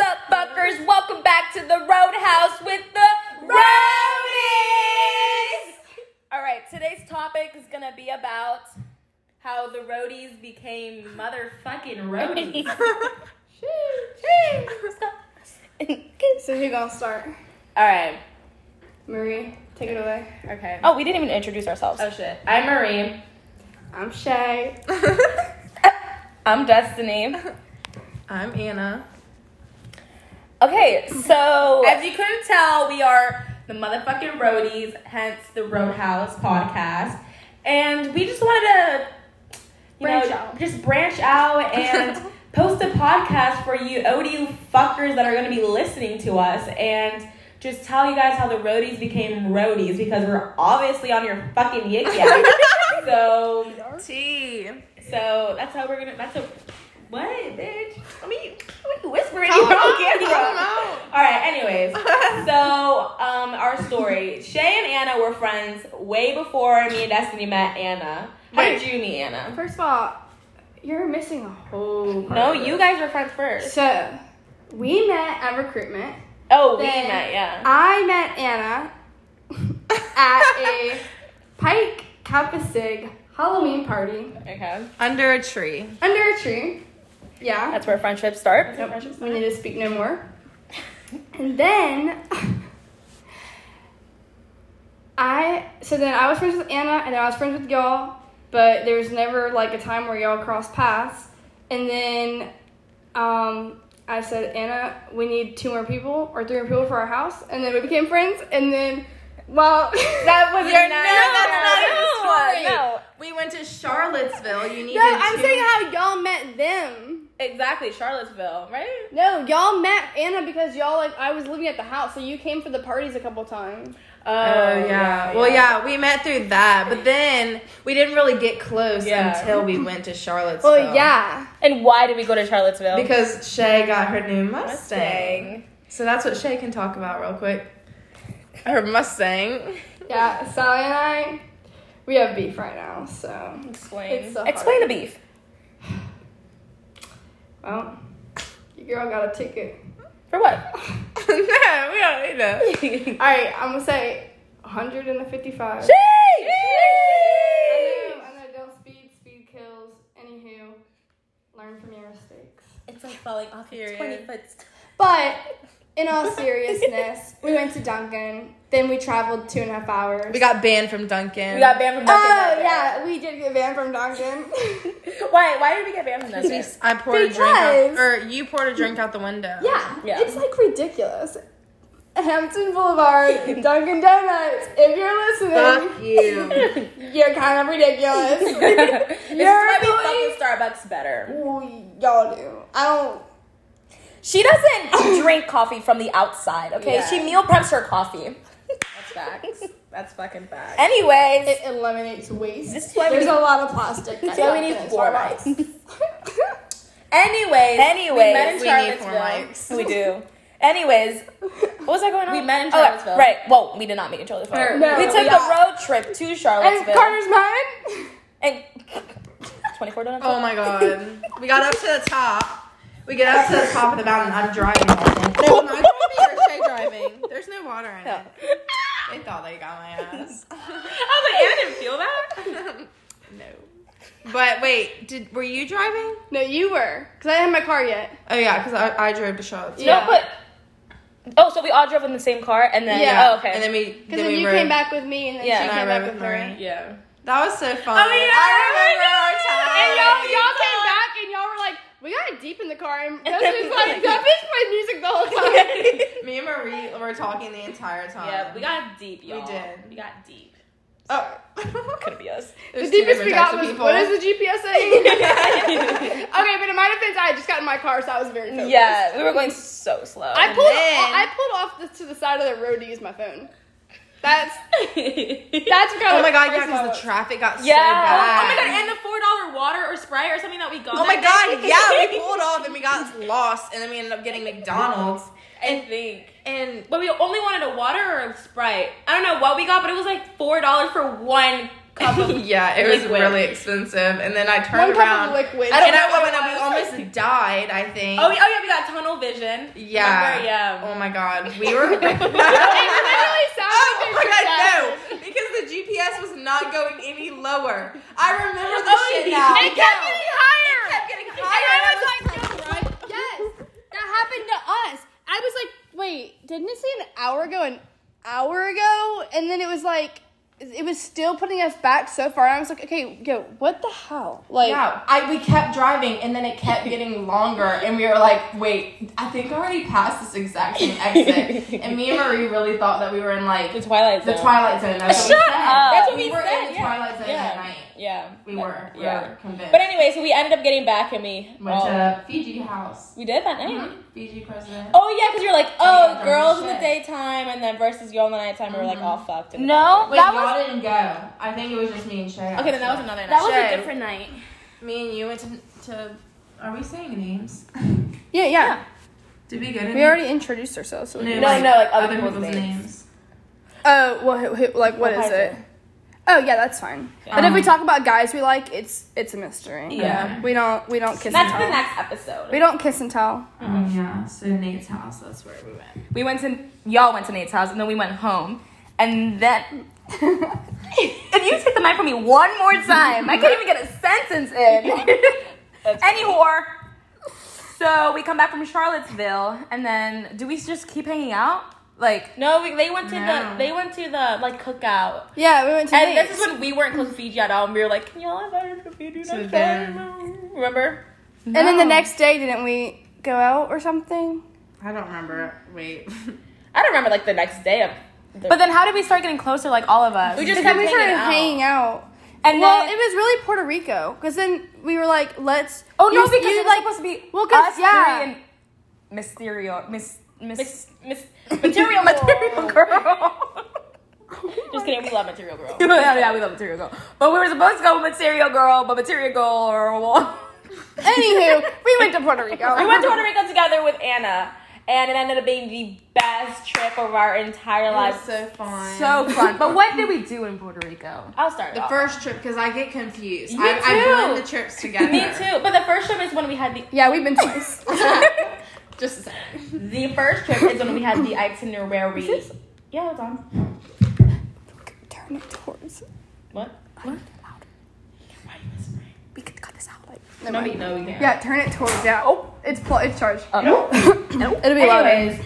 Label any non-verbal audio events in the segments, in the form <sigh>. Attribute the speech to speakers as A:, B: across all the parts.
A: motherfuckers. Welcome back to the Roadhouse with the Roadies. All right, today's topic is gonna be about how the roadies became
B: <laughs>
A: motherfucking roadies.
B: <laughs>
C: So who gonna start?
A: All right.
C: Marie, take it away.
A: Okay.
B: Oh, we didn't even introduce ourselves.
A: Oh shit. I'm Marie.
C: I'm Shay.
B: <laughs> I'm Destiny.
D: I'm Anna.
B: Okay, so
A: As you couldn't tell, we are the motherfucking roadies, hence the Roadhouse podcast. And we just wanted to you
C: Branch
A: know,
C: out.
A: Just branch
B: <laughs>
A: out and post a podcast for you OD fuckers that are going to be listening to us and just tell you guys how the roadies became roadies because we're obviously on your fucking
B: <laughs>
A: yik yak. so,
D: T.
A: so that's how we're going to, that's a, what, bitch? I mean, what you whispering?
D: Calm
A: You're on
D: out,
A: camera.
D: calm
A: All right. Anyways,
D: <laughs>
A: so um, our story. Shay and Anna were friends way before me and Destiny met Anna. How did you meet Anna?
C: First of all, you're missing a whole.
A: No, you guys were friends first.
C: So we met at recruitment.
A: Oh, we
C: Then-
A: met. Yeah.
C: I met Anna <laughs> at a Pike Kappa Sig Halloween party
A: <laughs> Okay.
D: Under a tree.
C: under a tree. Yeah.
B: that's where friendships start.
C: We need to speak no more. And then I so then I was friends with Anna and then I was friends with y'all, but there was never like a time where y'all crossed paths. And then um I said, Anna, we need two more people or three more people for our house, and then we became friends and then well <laughs>
B: That was
D: You're-
B: not.
D: no, that's not even a story.
B: No.
D: We went to Charlottesville. You needed
C: No, I'm
D: to-
C: saying how y'all met them.
A: Exactly. Charlottesville, right?
C: No, y'all met Anna because y'all like I was living at the house, so you came for the parties a couple times.
A: Oh,
D: Oh yeah. Well yeah, we met through that, but then we didn't really get close
A: Yeah.
D: until <laughs> we went to Charlottesville.
C: Well, yeah.
B: And why did we go to Charlottesville?
D: Because Shay got her new Mustang. So that's what Shay can talk about real quick. Her Mustang. <laughs>
C: Yeah, Sally and I, we have beef right now, so.
B: Explain.
C: It's so
B: Explain the
C: hard.
B: beef.
C: Well, your girl got a ticket.
B: For what?
D: no, we don't
B: <laughs>
D: need that.
B: Yay!
C: Alright, I'm gonna say 155. I know, I know, don't speed, speed kills. Anywho, learn from your mistakes.
A: It's like falling off
D: Period.
A: a twenty foot.
C: But, in <laughs> all seriousness, we went to Duncan, then we traveled two and a half hours.
D: We got banned from Duncan.
B: We got banned from Dunkin'
C: Oh
B: that day.
C: yeah, we did get banned from Duncan. <laughs>
B: Why? Why did we get banned from <laughs>
D: We-
B: this?
D: I poured a drink
C: Because-
D: out, or you poured a drink out the window.
C: Yeah,
B: Yeah.
C: it's like ridiculous. Hampton
B: <laughs>
C: Boulevard, Dunkin' Donuts. If you're
D: Fuck you. <laughs>
C: listening, you're kind of
B: <laughs>
C: ridiculous.
B: this
C: You're
B: is why
C: going-
B: we fucking Starbucks better.
C: Ooh, y'all do. I don't.
B: She <laughs> doesn't drink coffee from the outside. Okay,
A: Yeah.
B: she meal preps her coffee.
A: That's facts. That's fucking facts.
B: Anyways,
C: It eliminates waste.
B: This is why we
C: There's
B: need-
C: a lot of plastic.
B: That's why we need four mics. <laughs>
C: <laughs>
B: Anyways,
A: we met in
B: anyways,
D: we need four
A: Charlottesville.
B: we, do. Anyways, what was I going on?
A: We met in
B: Oh, yeah,
A: Charlottesville.
B: right. Well, we did not meet in Charlottesville.
C: No,
B: we took
C: yeah.
B: a road trip to
C: and
B: Charlottesville.
C: Carter's mine.
B: and <laughs> 24 donuts.
D: Oh my god. We got up to the top. We get up to the top of the mountain. I'm driving. No, am I driving or Shay driving? There's no water in <laughs>
B: Yeah.
D: it. They thought they got my ass.
A: I was like, Anna didn't feel that.
D: no. But wait, did were you driving?
C: No, you were, cause I didn't have my car yet.
D: Oh yeah, because I, I drove to Charlottesville.
B: No,
C: Yeah.
B: but oh, so we all drove in the same car, and then
C: Yeah.
B: oh, okay. <laughs>
D: And then we
C: Cause
D: then,
C: then,
D: we
C: you
D: rode.
C: came back with me, and then
B: Yeah. And
C: she
D: I
C: came
D: rode
C: back with
D: with
C: her.
D: Marie.
A: Yeah.
D: That was so fun.
A: Oh, yeah,
C: And
D: I
C: y'all, y'all came back, and y'all were like, "We got deep in the car,"
B: <laughs>
C: and Dustin's like, "Dustin's playing music the whole time."
D: remember our time. Me and Marie were talking the entire time.
A: Yeah. We got deep,
D: Um, We
A: y'all.
D: did.
A: We got deep.
D: Oh. <laughs>
B: Couldn't be us. <laughs>
C: The deepest we got was what is the GPS
D: <laughs>
C: saying?
B: yeah,
C: okay, but in my defense, I had just got in my car, so I was very focused.
B: we were going so slow.
C: I
B: <laughs>
C: pulled <laughs>
D: then-
C: I pulled off the, to the side of the road to use my phone. That's
B: yeah.
C: that's what kind
D: Oh
C: of
D: my god, yeah,
C: person I
D: because
C: was.
D: the traffic got
B: Yeah.
D: so
A: Oh
D: bad.
A: my god, and the four dollar water or Sprite or something that we got.
D: Oh my
A: that <laughs>
D: god, yeah, we pulled off and we got lost, and then we ended up getting McDonald's.
A: day, I think.
D: And
A: But we only wanted a water or a Sprite. I don't know what we got, but it was like four dollars for one
B: cup <laughs> of
D: yeah, it was
B: Liquid.
D: really expensive. And then I
E: One
D: turned
E: cup
D: around.
E: of liquid.
B: I
D: and
B: don't
D: I,
B: remember
D: and I- we
B: what I was-
D: almost died, I think.
A: Oh, yeah, oh yeah, we got tunnel vision.
D: Yeah.
A: Remember? Yeah.
D: Oh my god, we were.
E: literally sounded
D: <laughs> oh my
E: like
D: god, no! Because the GPS was not going any lower. I remember the
A: Oh,
D: shit
A: yeah.
D: now.
A: It kept
D: getting higher. It kept getting higher. And I was like, Oh no,
C: Yes, that happened to us. I was like, wait, didn't it say an hour ago? An hour ago? And then it was like, it was still putting us back so far. And I was like, okay, yo, what the hell? Like,
D: Yeah, I we kept driving and then it kept getting longer and we were like, wait, I think I already passed this exact same exit. and me and Marie really thought that we were in like
B: the Twilight Zone.
D: the Twilight Zone. That's what we
B: Shut
D: said.
B: up. That's what
D: we,
B: we
D: were
B: said,
D: in the
B: yeah.
D: Twilight Zone
B: Yeah.
D: that night.
B: Yeah,
D: We
B: That-
D: were. We
B: yeah.
D: were convinced.
B: But anyway, so we ended up getting back at me. Um,
D: Went to Fiji House. Mm-hmm.
B: we did that night.
A: Mm-hmm.
D: Fiji president.
B: Oh yeah, because you're like,
D: Oh, yeah,
B: oh,
D: dumb
B: girls in the
D: shit.
B: daytime, and then versus y'all in the nighttime. We were like, all fucked. It was
C: Mm-hmm. no,
D: Wait,
C: that
D: y'all
C: was
D: didn't go. I think it was just me and Shay.
A: Oh, Okay, then that was another
C: that
A: night.
C: was
D: Shay.
C: a different night.
D: Me and you went to. to are we saying names? <laughs>
C: Yeah, yeah,
D: Did we go to
C: We already introduced ourselves. So we
B: No, no, like other people's names.
C: Oh, well, who, who, like, what is it? Oh, yeah, that's fine. But if we talk about guys we like, it's it's a mystery.
A: Yeah.
C: We don't we don't kiss
B: That's
C: and
B: for the
C: tell.
B: next episode.
C: We don't kiss and tell. <laughs>
D: Oh, yeah, so Nate's house, that's where we went.
B: We went to y'all went to Nate's house, and then we went home, and <laughs> then if you take the mic from me one more time, I can't even get a sentence <laughs> in. Any whore. So we come back from Charlottesville, and then do we just keep hanging out? Like
A: No, we, they went to
D: No.
A: the they went to the like cookout,
C: Yeah, we went to
A: and
C: dates.
A: this is when we weren't close to Fiji at all, and we were like, "Can y'all invite us to Fiji next
D: So
A: time?" Remember?
C: And then the next day, didn't we go out or something?
D: I don't remember. Wait. <laughs>
A: I don't remember like the next day of. The,
B: But then how did we start getting closer, like all of us?
A: we just
C: Because
A: kept
C: we
A: hanging
C: started
A: out.
C: hanging out.
B: and
C: well,
B: then
C: it was really Puerto Rico. Because then we were like, let's.
B: oh no,
C: you-
B: because
C: you,
B: it was
C: like,
B: supposed to be
C: well, 'cause-
B: us
C: yeah.
B: three and Mysterio, Miss Miss
A: Miss,
B: <laughs>
A: miss, material
B: Material Girl.
A: <laughs> Just kidding. We love material girl.
B: <laughs> yeah, yeah, we love Material Girl. But we were supposed to go with Material Girl, but Material Girl.
C: Anywho,
B: <laughs>
C: we went to Puerto
A: <laughs>
C: Rico.
A: We went to Puerto Rico together with Anna, and it ended up being the best trip of our entire lives.
D: so fun.
B: so fun. But what did we do in Puerto Rico?
A: I'll start.
D: the
A: off.
D: first trip, because I get confused.
A: Me
D: I, I blend
A: too.
D: the trips together.
A: Me too. But the first trip is when we had the
C: <laughs> Yeah, we've been twice. <laughs>
D: Just a second.
A: the first trip is when we had the itinerary. Yeah, it's on.
C: Turn it towards.
A: What? What? Why are you whispering?
C: We could cut this out. Like,
A: No, we, no, we can't.
C: Yeah, turn it towards. Yeah. Oh, it's pl- it's charged.
A: Uh,
B: no.
C: It'll be loud.
A: Anyways,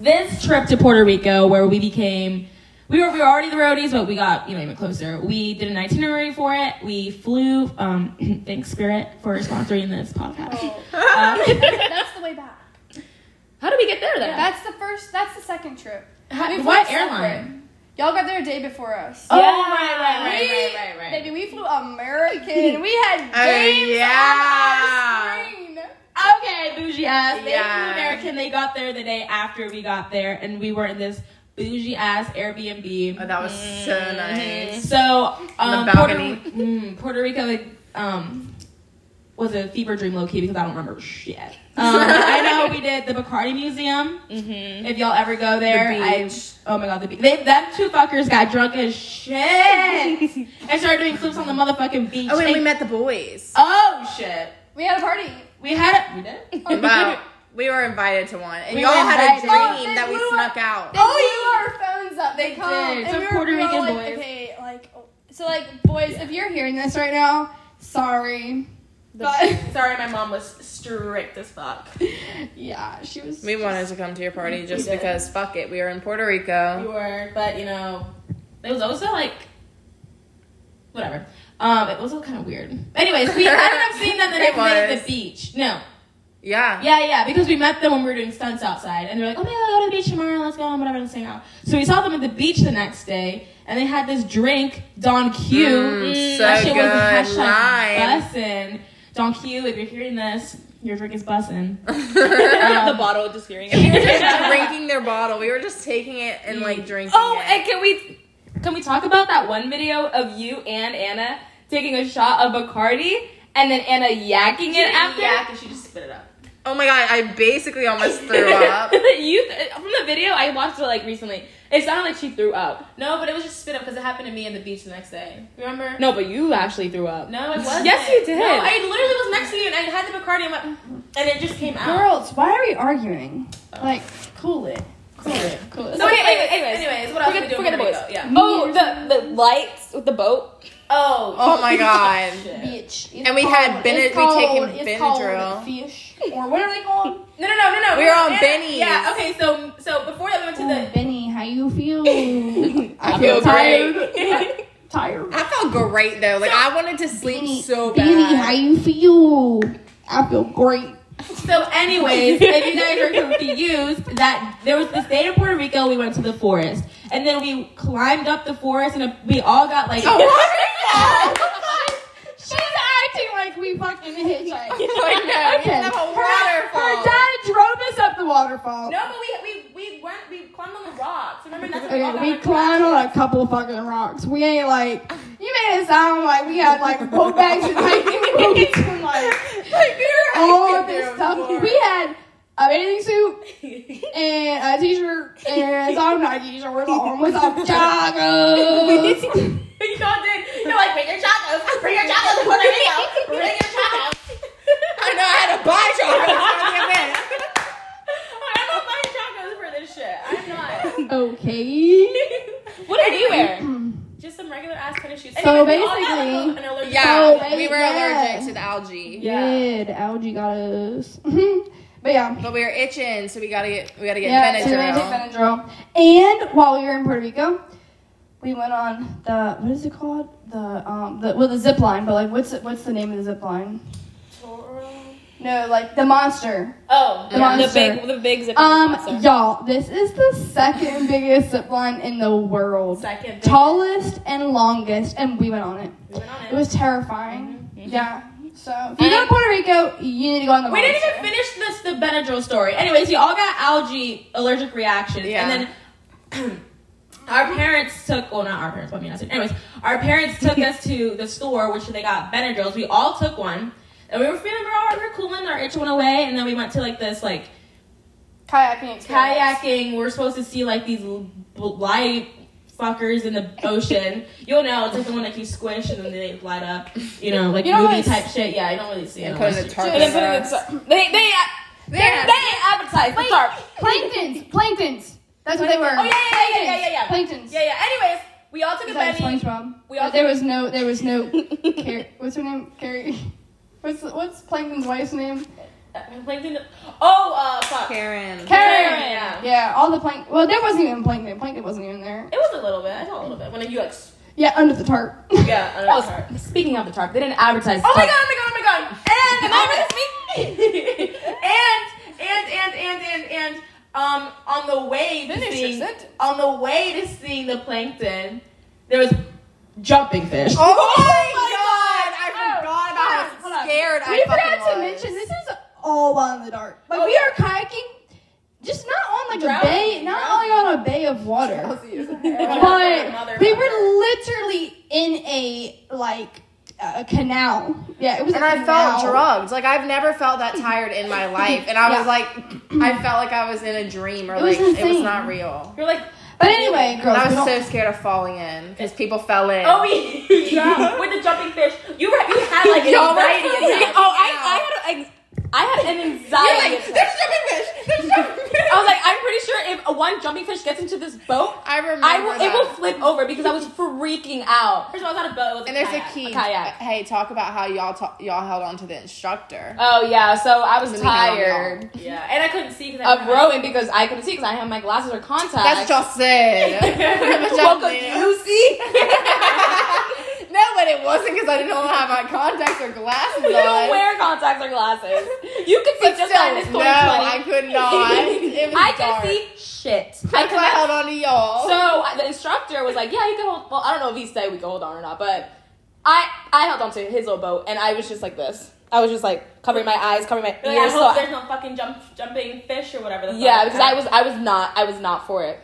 A: this trip to Puerto Rico where we became we were we were already the roadies, but we got you know even closer. We did an itinerary for it. We flew. Um, <clears throat> thanks Spirit for sponsoring this podcast. <laughs> Um,
C: Oh, That's the way back.
A: how did we get there then?
C: <laughs> That's the first. That's the second trip.
A: How-
C: We
A: what
C: flew
A: airline?
C: separate. Y'all got there a day before us.
A: Oh, right, right, right,
C: We-
A: right, right, right.
C: Baby, we flew American. we had
D: Oh,
C: games
D: yeah.
C: on our screen.
A: Okay, bougie ass. They
D: Yeah.
A: flew American. They got there the day after we got there, and we were in this bougie ass Airbnb.
D: Oh, that was so nice.
A: So um,
D: the
A: Puerto,
D: balcony.
A: mm, Puerto Rico like, um, was a fever dream low key because I don't remember shit. Um, I know we did the Bacardi Museum. Mm-hmm. If y'all ever go there,
D: The beach.
A: I oh my god, the beach. They, them two fuckers got drunk as shit <laughs> and started doing flips on the motherfucking beach.
D: Oh, and we
A: They-
D: met the boys.
A: oh shit,
C: We had a party.
A: we had a, we did.
D: Wow. We were invited to one. And
A: We
D: y'all
A: were
D: had a
A: invited.
D: dream
C: Oh, they
D: that we
C: blew
D: snuck out.
C: They oh, blew our phones up. They,
A: They
C: come.
A: did.
C: And
A: So
C: we were,
A: Puerto
C: we were all
A: Rican
C: like,
A: boys.
C: Okay, like oh. so, like boys, if you're hearing this right now, sorry, but
A: Sorry, my mom was strict as fuck.
C: <laughs> yeah, she was.
D: We wanted to come to your party just
A: did.
D: because fuck it, we were in Puerto
A: We
D: Rico.
A: were, but you know, it was also like, whatever. Um, it was all kind of weird. Anyways, we ended up seeing
D: <laughs>
A: them the
D: It
A: next day
D: was. Ah.
A: at the beach. No, <laughs>
D: Yeah.
A: yeah, yeah, because we met them when we were doing stunts outside, and they're like, "Oh yeah, go to the beach tomorrow. Let's go on whatever. Let's hang out." So we saw them at the beach the next day, and they had this drink, Don Q.
D: Mm, so
A: that shit
D: good.
A: was
D: Lime.
A: hashtag bussin. Don Q, if you're hearing this, your drink is bussin. <laughs>
B: the bottle, just hearing
F: <laughs>
D: We were
B: it.
D: <laughs> just drinking their bottle. We were just taking it and like drinking.
A: Oh,
D: it.
A: and can we can we talk about that one video of you and Anna taking a shot of Bacardi and then Anna yakking it after? <laughs>
B: she just spit it up.
D: Oh my god, I basically almost threw up.
F: you th- from the video I watched it like recently. It sounded like she threw up.
A: No, but it was just spit up because it happened to me at the beach the next day. Remember?
F: No, but you actually threw up.
A: <laughs> No, it wasn't.
F: Yes, you did.
A: No, I literally was next to you and I had the Bacardi in my, and it just came out.
C: Girls, why are we arguing? Like, cool it.
A: Cool it, cool it.
F: So okay, anyways, anyways,
A: Anyways, what else
F: forget,
A: we doing?
F: forget the
A: before we
F: boys.
A: go? Yeah.
F: Oh, the the lights with the boat.
A: Oh.
D: Oh
F: <laughs>
A: <laughs>
D: my god.
C: Bitch.
D: And we had Bene- we taken Benadryl.
C: fish. Or what are they called?
A: No, no, no, no, no.
D: We were on
A: Anna-
D: Benny's.
A: Yeah. Okay. So, so before that, we went to the.
C: Benny, how you <laughs> feel?
D: I feel great.
C: Tired.
D: I felt great though. Like I wanted to sleep so bad.
C: Benny, how you feel? I feel great.
A: So, anyways, if you guys are confused, that there was the state of Puerto Rico. We went to the forest, and then we climbed up the forest, and we all got like. <laughs>
C: She's acting like we fucking <laughs> hitchhiked.
D: I know. We have a
C: Her
D: waterfall.
C: dad drove us up the waterfall.
A: No, but we we we went we climbed on the rocks. Remember that's what we all
C: Okay,
A: got
C: we
A: on the
C: climbed
A: rocks.
C: on a couple of fucking rocks. We ain't like you made it sound like we had like boat bags
D: <laughs>
C: and hiking boots and like
A: <laughs>
C: all of this stuff. We had a bathing suit
A: <laughs>
C: and a t-shirt and some Nikes or along with some joggers.
A: <laughs> You all did. You're like, bring your chacos, bring your chacos to Puerto Rico, bring your chacos.
D: I know I had to buy
A: <laughs>
D: chocolate.
A: I'm not buying chacos for this shit. I'm not.
C: <laughs> Okay.
F: What did you wear?
A: <clears throat> Just some regular ass tennis shoes.
C: So
A: Anyway, we all got, like,
C: basically-
A: an
C: <laughs>
A: allergic
C: Oh,
D: Yeah,
C: baby,
D: we were
C: yeah.
D: allergic to the algae,
C: Yeah, the algae got us. Mm-hmm. but yeah.
D: but we were itching, so we gotta get we gotta get
C: Yeah, so we
D: Benadryl.
C: did Benadryl. And while we were in Puerto Rico, we went on the what is it called? The um the well the zip line, but like what's it, what's the name of the zip line? No, like the monster.
A: Oh,
C: The monster.
F: The big the big zip.
C: um, y'all, this is the second biggest zip line in the world.
A: second. thing.
C: Tallest and longest, and we went on it.
A: We went on it.
C: It was terrifying. Yeah. So Mm-hmm. if you go to Puerto Rico, you need to go on the
A: We
C: monster.
A: didn't even finish this the Benadryl story. Anyways, you all got algae allergic reactions,
D: Yeah.
A: and then <clears throat> our parents took. Well, not our parents, but me. and I said- Anyways, our parents took us to the store, which they got Benadryls. We all took one, and we were feeling we all right, we were cooling, our itch went away, and then we went to like this like
C: kayaking. Experience.
A: kayaking. We're supposed to see like these l- light fuckers in the ocean. You'll know it's like the one that you squish and then they light up. You know, like
C: You don't
A: movie
C: really
A: type shit. Yeah, I don't really see it.
D: Put in
A: unless
D: the
A: you-
F: and then put it in the
D: tarp.
F: tar- they they they, they advertise the tarp.
C: <laughs> Planktons. Planktons. That's what they were.
A: Oh yeah, yeah, yeah, yeah, yeah, yeah, yeah.
C: Planktons.
A: Yeah, yeah. Anyways, we all took a
C: Besides
A: Benny.
C: SpongeBob.
A: We all
C: Oh, there was no. There was no. <laughs> Car- what's her name? Carrie. <laughs> What's what's Plankton's wife's name?
A: <laughs> Plankton. Oh, uh, fuck. It
D: Karen.
C: Karen.
A: yeah.
C: Yeah. All the plank. Well, there wasn't even Plankton. Plankton wasn't even there.
A: was a little bit. I saw a little bit. When you like, s-
C: Yeah, under the tarp. <laughs>
A: yeah. I
F: Oh,
A: don't know.
F: s- speaking of the tarp, they didn't advertise.
A: Oh my
F: the
A: god!
F: tarp.
A: Oh my god! Oh my god! And and and and and and and um on the way to
C: Finish your
A: seeing
C: sentence.
A: on the way to seeing the plankton, there was jumping fish.
D: Oh, my god! I forgot about
C: hold
D: how
C: on.
D: scared I
C: we
D: fucking
C: forgot to
D: was.
C: mention this is all on the dark. Like
A: Oh,
C: we
A: yeah.
C: are kayaking, just not on like
A: Drowning.
C: a bay, not on like on a bay of water,
A: Mother-
C: but we were literally in a like a canal. Yeah, it was.
D: And
C: a
D: I felt
C: canal.
D: drugged. Like I've never felt that tired in my life. And I
C: Yeah.
D: was like, I felt like I was in a dream or
C: It was
D: like it was
C: insane.
D: not real.
A: You're like,
C: But anyway, girls,
D: I
C: we
D: was
C: don't-
D: so scared of falling in because people fell in.
A: oh yeah, with the jumping fish. You were you had like
D: Y'all were
A: anxiety
D: freaking
A: attack.
F: Oh, I, I had a, I had an anxiety. attack.
D: jumping fish. There's jumping fish. <laughs>
F: I was like, I'm pretty sure if one jumping fish gets into this boat,
D: I
A: Oh
D: remember.
F: I will, it
D: that.
F: will flip over because I was freaking out.
A: First of all, it's not a boat. it was
D: <laughs> And there's
A: kayak.
D: a key.
F: kayak.
D: Hey, talk about how y'all ta- y'all held on to the instructor.
F: Oh yeah, so I was
D: Let me know,
F: tired
A: Yeah, and I couldn't see because I
F: of rowing because I couldn't see because I didn't have my glasses or contacts.
D: That's
F: <laughs>
D: what y'all said. <laughs> That's what y'all
F: Welcome, <laughs>
D: did. no, but it wasn't because I didn't have my contacts or glasses
F: you don't
D: on.
F: wear contacts or glasses. You could see
D: But
F: just
D: still,
F: fine. It's
D: no,
F: 2020.
D: I could
F: <laughs>
D: not.
A: <laughs>
D: It was
F: I
D: dark.
F: could see shit. I
D: That's
F: could
D: why
F: not
D: I held on to y'all.
F: So I- the instructor was like, "Yeah, you can hold." Well, I don't know if he said we could hold on or not, but I I held on to his little boat, and I was just like this. I was just like covering my eyes, covering my
A: You're like, I
F: ears. so
A: hope
F: I-
A: there's no fucking jump jumping fish or whatever. The fuck.
F: yeah, because I was I was not I was not for it.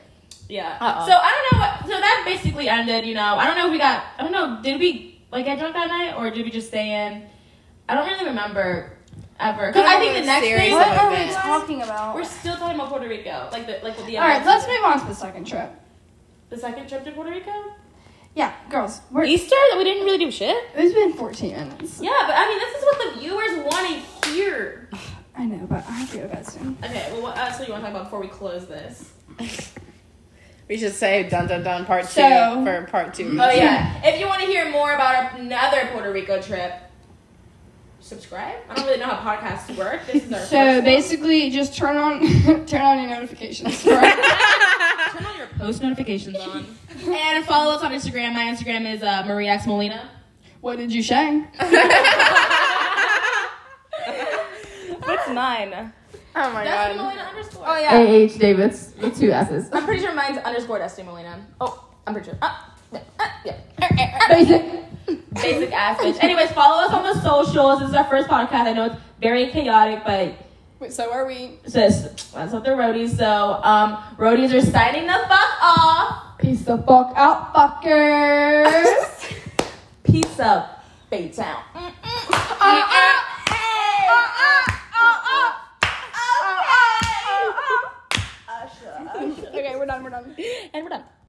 A: Yeah.
F: Uh-uh.
A: So I don't know what. So that basically ended. You know, I don't know if we got. I don't know. Did we like get drunk that night or did we just stay in? I don't really remember. ever. Because I think the next
C: Serious
A: thing
C: What
G: are we
C: movements.
G: talking about?
A: we're still talking about Puerto Rico, like the like with the
C: All right, let's move on to the second trip.
A: the second trip to Puerto Rico.
C: Yeah, girls, we're,
A: Easter that we didn't really do shit.
C: it's been 14 minutes.
A: Yeah, but I mean this is what the viewers want to hear.
C: I know, but I have to go to bed soon.
A: Okay, well what else do you want to talk about before we close this?
D: We should say dun dun dun part two
C: So-
D: for part two.
A: Oh yeah. If you want to hear more about another Puerto Rico trip, subscribe. I don't really know how podcasts work. This is our
C: So
A: first one. <laughs>
C: basically, just turn on <laughs> turn on your notifications.
A: <laughs>
C: Right?
A: turn on your post notifications on. <laughs> and follow us on Instagram. My Instagram is uh, Marie X Molina.
C: what did you say?
A: <laughs>
H: What's mine?
G: Oh my
A: Destiny
G: god.
A: Molina underscore.
H: Oh yeah.
I: A H Davis with two S's.
A: I'm pretty sure mine's underscore Destiny Molina. Oh, I'm pretty sure. Uh, yeah, uh, yeah. Basic ass bitch. Anyways, follow us on the socials. This is our first podcast. I know it's very chaotic, but
C: Wait, so are we?
A: so it's- that's what the roadies. So um, roadies are signing the fuck off.
C: Peace the fuck
A: <laughs>
C: out, fuckers.
A: Peace up, Baytown. Town.
C: Uh-uh. okay, we're done. We're done. Uh-uh.
A: And we're done.